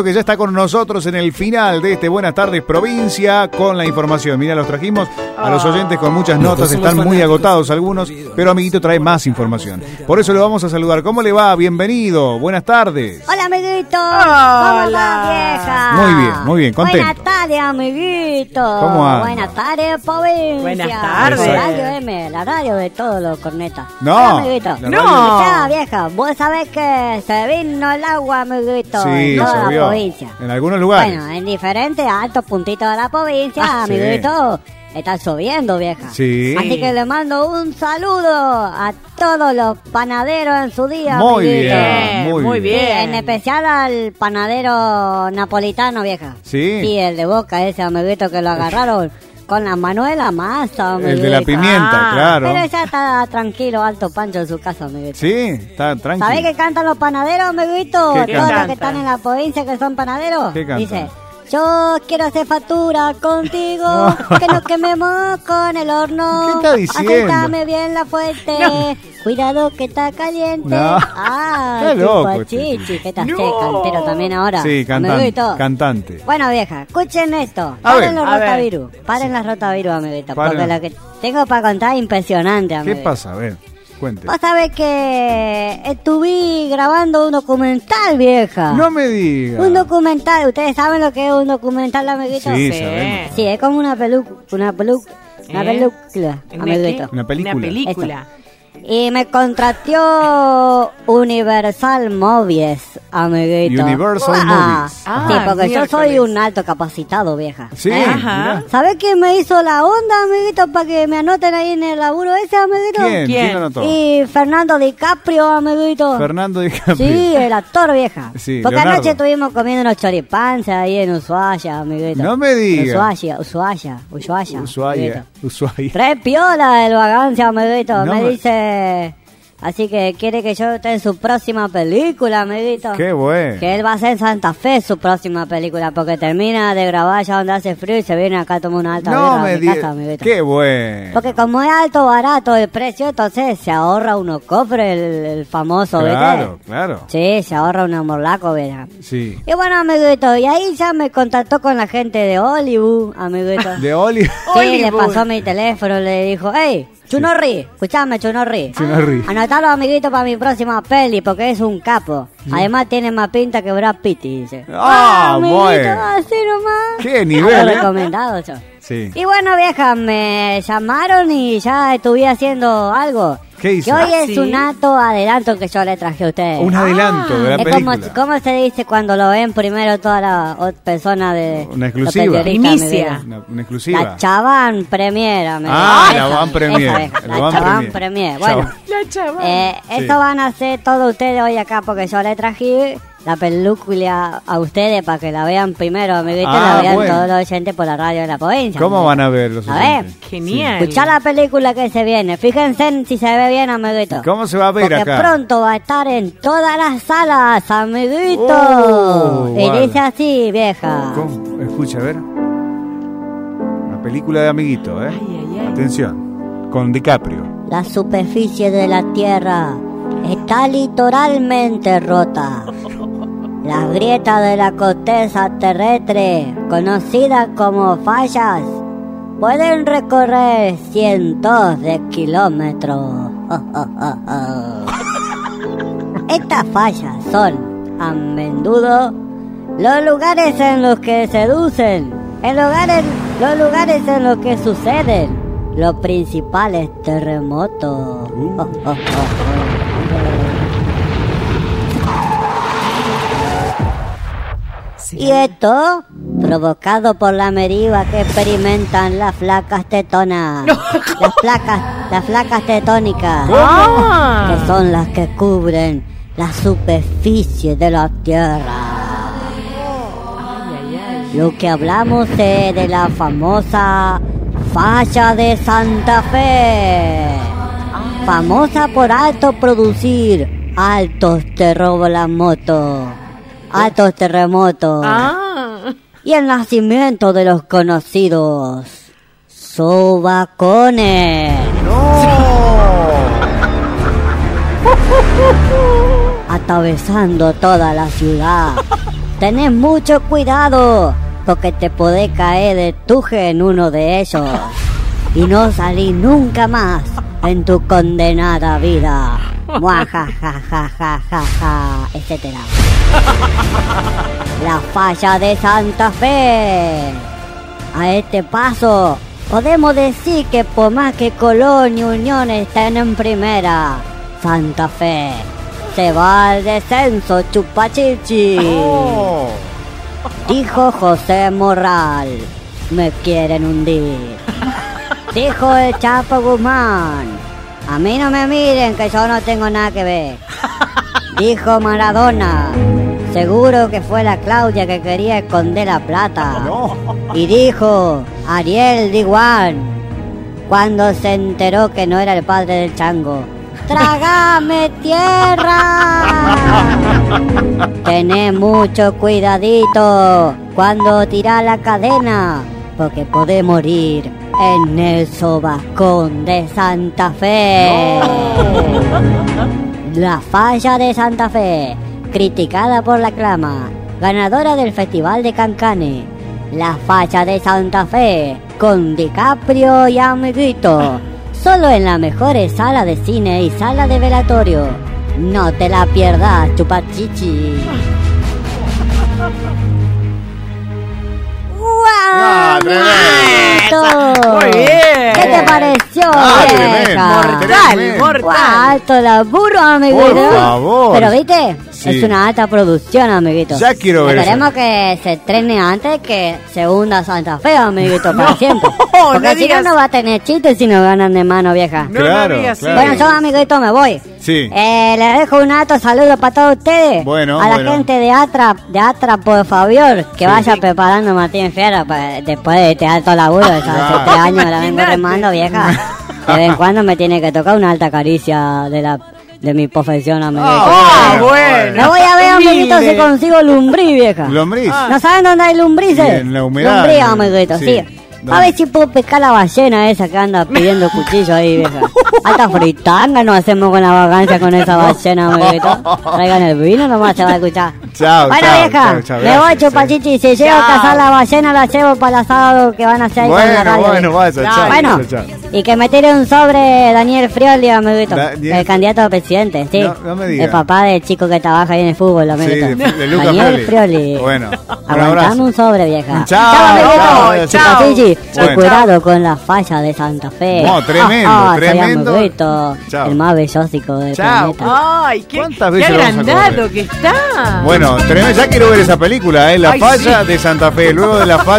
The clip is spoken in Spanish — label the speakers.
Speaker 1: que ya está con nosotros en el final de este Buenas tardes provincia con la información. Mira, los trajimos a los oyentes con muchas notas, están muy agotados algunos, pero amiguito trae más información. Por eso lo vamos a saludar. ¿Cómo le va? Bienvenido. Buenas tardes.
Speaker 2: Hola, amiguito. ¿Cómo va,
Speaker 1: Hola.
Speaker 2: vieja?
Speaker 1: Muy bien, muy bien, contento.
Speaker 2: Buenas tardes, amiguito.
Speaker 1: ¿Cómo anda?
Speaker 2: Buenas tardes, provincia.
Speaker 3: Buenas tardes.
Speaker 2: La radio M, la radio de todos los cornetas.
Speaker 1: No,
Speaker 2: Hola, amiguito.
Speaker 1: la
Speaker 3: No. radio-
Speaker 2: Ya, vieja, vos sabés que se vino el agua, amiguito,
Speaker 1: Sí,
Speaker 2: en toda
Speaker 1: se
Speaker 2: la
Speaker 1: vio.
Speaker 2: provincia.
Speaker 1: En algunos lugares.
Speaker 2: Bueno, en diferentes altos puntitos de la provincia,
Speaker 1: Ah, sí.
Speaker 2: amiguito. Está subiendo, vieja.
Speaker 1: Sí.
Speaker 2: Así que le mando un saludo a todos los panaderos en su día.
Speaker 1: muy
Speaker 2: amiguito.
Speaker 1: bien, muy,
Speaker 3: muy
Speaker 2: Sí,
Speaker 1: bien.
Speaker 2: en especial al panadero napolitano, vieja.
Speaker 1: Sí.
Speaker 2: Sí, el de boca, ese amiguito que lo agarraron con la mano de la masa,
Speaker 1: El de la
Speaker 2: amiguito.
Speaker 1: pimienta,
Speaker 3: Ah,
Speaker 1: claro.
Speaker 2: Pero ya está tranquilo, alto pancho en su casa, amiguito.
Speaker 1: Sí, está
Speaker 2: ¿Sabés
Speaker 1: tranquilo.
Speaker 2: qué cantan los panaderos, amiguito?
Speaker 1: ¿Qué
Speaker 2: Todos los
Speaker 3: cantan?
Speaker 2: que están en la provincia que son panaderos.
Speaker 1: ¿Qué cantan?
Speaker 2: Dice, yo quiero hacer factura contigo, que nos quememos con el
Speaker 1: ¿Qué
Speaker 2: horno.
Speaker 1: está diciendo?
Speaker 2: Acentame bien la fuente, cuidado que está caliente.
Speaker 1: No.
Speaker 2: Ah,
Speaker 1: Está loco este
Speaker 2: chichi, que estás
Speaker 3: No.
Speaker 2: cantero también ahora.
Speaker 1: Sí, cantante.
Speaker 2: Amiguito.
Speaker 1: Cantante.
Speaker 2: Bueno, vieja, escuchen esto.
Speaker 1: A ver.
Speaker 2: Paren los
Speaker 3: A ver.
Speaker 2: rotavirus. Paren las rotavirus, amiguito.
Speaker 1: Paren.
Speaker 2: Porque lo que tengo para contar es impresionante,
Speaker 1: ¿Qué
Speaker 2: amiguito.
Speaker 1: pasa? A ver, cuente.
Speaker 2: Vos sabés que estuve grabando un documental, vieja.
Speaker 1: No me diga.
Speaker 2: Un documental. ¿Ustedes saben lo que es un documental, amiguito?
Speaker 1: Sí,
Speaker 3: Sí.
Speaker 1: sabemos.
Speaker 2: Sí, es como una peluca, una peluca, una
Speaker 3: ¿Eh?
Speaker 2: película,
Speaker 3: ¿Una
Speaker 2: amiguito.
Speaker 3: qué?
Speaker 1: Una película.
Speaker 3: Una película.
Speaker 2: Y me contrató Universal Movies, amiguito.
Speaker 1: Universal
Speaker 2: Ah,
Speaker 1: Movies.
Speaker 2: sí,
Speaker 3: Ah,
Speaker 2: porque yo soy
Speaker 3: miércoles.
Speaker 2: un alto capacitado, vieja.
Speaker 1: Sí,
Speaker 2: ¿Eh?
Speaker 3: Ajá.
Speaker 1: mirá.
Speaker 2: ¿Sabés quién me hizo la onda, amiguito, para que me anoten ahí en el laburo ese, amiguito?
Speaker 1: ¿Quién? ¿Quién
Speaker 3: ¿Quién?
Speaker 1: lo anotó?
Speaker 2: Y Fernando DiCaprio, amiguito.
Speaker 1: Fernando DiCaprio.
Speaker 2: Sí, el actor vieja.
Speaker 1: Sí,
Speaker 2: Porque
Speaker 1: Leonardo.
Speaker 2: anoche estuvimos comiendo unos choripanzas ahí en Ushuaia, amiguito.
Speaker 1: No me diga.
Speaker 2: Ushuaia, Ushuaia, Ushuaia.
Speaker 1: Ushuaia.
Speaker 2: amiguito.
Speaker 1: Ushuaia.
Speaker 2: Tres piolas de vagancia, amiguito.
Speaker 1: No
Speaker 2: me
Speaker 1: me-
Speaker 2: dice... Así que quiere que yo esté en su próxima película, amiguito.
Speaker 1: Qué bueno.
Speaker 2: Que él va a hacer en Santa Fe su próxima película, porque termina de grabar ya donde hace frío y se viene acá a tomar una alta birra
Speaker 1: No
Speaker 2: a
Speaker 1: me
Speaker 2: mi casa,
Speaker 1: digas.
Speaker 2: amiguito.
Speaker 1: Qué bueno.
Speaker 2: Porque como es alto, barato el precio, entonces se ahorra unos cofres el, el famoso, ¿viste?
Speaker 1: Claro, claro.
Speaker 2: Sí, se ahorra una morlaco, ¿verdad?
Speaker 1: Sí.
Speaker 2: Y bueno, amiguito, y ahí ya me contactó con la gente de Hollywood, amiguito.
Speaker 1: De Oli.
Speaker 2: Sí, le
Speaker 3: Hollywood.
Speaker 2: pasó mi teléfono, le dijo, hey, Chunorri, escuchame, Chunorri. Ah,
Speaker 1: Chunorri.
Speaker 2: Anotalo, amiguito, para mi próxima peli, porque es un capo. Además tiene más pinta que Brad Pitt, dice.
Speaker 1: Ah,
Speaker 2: amiguito,
Speaker 1: bueno.
Speaker 2: así nomás.
Speaker 1: Qué nivel,
Speaker 2: Lo
Speaker 1: ¿eh?
Speaker 2: recomendado yo.
Speaker 1: Sí.
Speaker 2: Y bueno, vieja, me llamaron y ya estuve haciendo algo.
Speaker 1: ¿Qué hizo?
Speaker 2: Que hoy
Speaker 3: Ah,
Speaker 2: es
Speaker 3: ¿sí?
Speaker 2: un acto adelanto que yo le traje a ustedes.
Speaker 1: Un adelanto de la
Speaker 2: Ah, es como,
Speaker 1: película.
Speaker 2: ¿Cómo se dice cuando lo ven primero todas las ot- personas de...
Speaker 1: Una
Speaker 2: los
Speaker 1: exclusiva.
Speaker 2: periodistas,
Speaker 3: Primicia.
Speaker 2: me digan?
Speaker 1: Una, una
Speaker 2: La
Speaker 1: exclusiva.
Speaker 2: Chaván Premiera. me
Speaker 1: Ah,
Speaker 2: digan.
Speaker 1: la
Speaker 2: Esa,
Speaker 1: van premier.
Speaker 2: esa, vieja, La Chaván Premier. Bueno,
Speaker 3: La chava.
Speaker 2: eh,
Speaker 1: Sí.
Speaker 2: eso van a hacer todos ustedes hoy acá porque yo le traje la película a ustedes para que la vean primero, amiguitos,
Speaker 1: Ah,
Speaker 2: la vean
Speaker 1: bueno.
Speaker 2: todos los oyentes por la radio de la provincia.
Speaker 1: ¿Cómo
Speaker 2: amiguito.
Speaker 1: van a ver los
Speaker 2: A ver.
Speaker 1: oyentes?
Speaker 3: Genial.
Speaker 2: Escuchá la película que se viene. Fíjense en si se ve bien, amiguito.
Speaker 1: ¿Cómo se va a ver
Speaker 2: Porque
Speaker 1: acá?
Speaker 2: pronto va a estar en todas las salas, amiguito.
Speaker 1: Oh,
Speaker 2: y
Speaker 1: guarda.
Speaker 2: dice así, vieja.
Speaker 1: ¿Cómo? Escucha, a ver. Una película de amiguito, ¿eh?
Speaker 3: Ay, ay, ay.
Speaker 1: Atención. Con DiCaprio.
Speaker 2: La superficie de la Tierra está litoralmente rota. Las grietas de la corteza terrestre, conocidas como fallas, pueden recorrer cientos de kilómetros. Estas fallas son, a menudo, los lugares en los que seducen, en lugares, los lugares en los que suceden los principales terremotos. Y esto provocado por la meriva que experimentan las flacas tetonas. Las placas, las flacas tetónicas que
Speaker 3: Ah.
Speaker 2: son las que cubren la superficie de la Tierra. Ah. Lo que hablamos es de la famosa falla de Santa Fe, famosa por alto producir altos terremotos, altos terremotos
Speaker 3: Ah.
Speaker 2: y el nacimiento de los conocidos sobacones.
Speaker 1: ¡No!
Speaker 2: atravesando toda la ciudad Tenés mucho cuidado, porque te podés caer de tuje en uno de ellos. Y no salí nunca más en tu condenada vida. Mua, ja, ja, ja, ja, ja, ja, etcétera. La falla de Santa Fe. A este paso, podemos decir que por más que Colón y Unión estén en primera, Santa Fe se va al descenso, chupachichi.
Speaker 1: Oh.
Speaker 2: Dijo José Morral, me quieren hundir. Dijo el Chapo Guzmán, a mí no me miren que yo no tengo nada que ver. Dijo Maradona, seguro que fue la Claudia que quería esconder la plata.
Speaker 1: Ah, No.
Speaker 2: Y dijo Ariel Diguan cuando se enteró que no era el padre del chango. ¡Tragame tierra! Tené mucho cuidadito cuando tirá la cadena, porque podés morir en el sobacón de Santa Fe. La falla de Santa Fe, criticada por la clama, ganadora del Festival de Cancane. La falla de Santa Fe, con DiCaprio y amiguito. Solo en las mejores sala de cine y sala de velatorio. No te la pierdas, chupachichi.
Speaker 1: Ah,
Speaker 2: ¡Guau!
Speaker 3: Muy bien.
Speaker 2: ¿Qué te pareció,
Speaker 1: Ah,
Speaker 2: vieja?
Speaker 1: tremendo,
Speaker 3: Mortal,
Speaker 1: tremendo.
Speaker 2: Guau,
Speaker 3: mortal.
Speaker 2: alto laburo, amiguito.
Speaker 1: Por favor.
Speaker 2: Pero viste,
Speaker 1: Sí.
Speaker 2: es una alta producción, amiguito.
Speaker 1: Ya quiero ver
Speaker 2: Esperemos que se estrene antes que se hunda Santa Fe, amiguito, para siempre.
Speaker 3: no
Speaker 2: Porque si no,
Speaker 3: digas-
Speaker 2: no va a tener chiste si no ganan de mano, vieja.
Speaker 3: No,
Speaker 1: Claro,
Speaker 3: no digas
Speaker 1: claro.
Speaker 2: Bueno, yo, amiguito, me voy.
Speaker 1: Sí.
Speaker 2: Eh, les dejo un alto saludo para todos ustedes.
Speaker 1: Bueno,
Speaker 2: A la
Speaker 1: bueno.
Speaker 2: gente de Atra, de Atra, por favor, que vaya preparando Martín Fierro para- después de este alto laburo. de esos
Speaker 1: Ah, Claro.
Speaker 2: siete años me la vengo
Speaker 3: Imagínate.
Speaker 2: remando, vieja. De vez en cuando me tiene que tocar una alta caricia de la de mi profesión, amiguito.
Speaker 3: Ah,
Speaker 1: Bueno,
Speaker 3: bueno.
Speaker 2: Me voy a ver,
Speaker 3: Humilde.
Speaker 2: amiguito, si consigo lumbrí, vieja.
Speaker 1: Lombriz.
Speaker 3: Ah.
Speaker 2: ¿No saben dónde hay lumbrices?
Speaker 1: Sí, en la humedad.
Speaker 2: Lumbrí, amiguito,
Speaker 1: Sí.
Speaker 2: sí. A
Speaker 1: ¿Dónde?
Speaker 2: ver si puedo pescar la ballena esa que anda pidiendo cuchillo ahí, vieja. Hasta fritanga nos hacemos con la vacancia con esa ballena, amiguito. Traigan el vino nomás, se va a escuchar.
Speaker 1: Chao,
Speaker 2: bueno,
Speaker 1: chao,
Speaker 2: vieja,
Speaker 1: chao, chao,
Speaker 2: me voy,
Speaker 1: gracias,
Speaker 2: chupachichi. Si llego a
Speaker 3: Chao.
Speaker 2: cazar la ballena, la llevo para el asado que van a hacer ahí con la
Speaker 1: Bueno,
Speaker 2: radio,
Speaker 1: bueno,
Speaker 2: vieja.
Speaker 1: vaya, chao.
Speaker 2: Bueno,
Speaker 1: chao, chao.
Speaker 2: y que me tire un sobre Daniel Frioli, amiguito.
Speaker 1: Daniel-
Speaker 2: El candidato a presidente, sí.
Speaker 1: No, no me diga.
Speaker 2: El papá del chico que trabaja ahí en el fútbol,
Speaker 1: Sí,
Speaker 2: amiguito.
Speaker 1: de, de Luca
Speaker 2: Daniel
Speaker 1: Frioli.
Speaker 2: Frioli.
Speaker 1: Bueno, un
Speaker 2: Aguantame
Speaker 1: abrazo.
Speaker 2: un sobre, vieja.
Speaker 1: Chao, chao,
Speaker 3: chao.
Speaker 2: Chichi,
Speaker 1: Bueno.
Speaker 2: y cuidado con la falla de Santa Fe.
Speaker 1: No, tremendo,
Speaker 2: Ah, ah, soy
Speaker 1: tremendo.
Speaker 2: amiguito,
Speaker 1: Chao.
Speaker 2: el más bellósico del
Speaker 1: Chao.
Speaker 2: planeta.
Speaker 3: Ay, qué,
Speaker 1: ¿Cuántas
Speaker 3: qué
Speaker 1: veces lo vamos a
Speaker 3: agrandado
Speaker 1: comer?
Speaker 3: que está.
Speaker 1: Bueno, tremendo. Ya quiero ver esa película, ¿eh? La
Speaker 3: Ay,
Speaker 1: falla de Santa Fe, luego de la falla.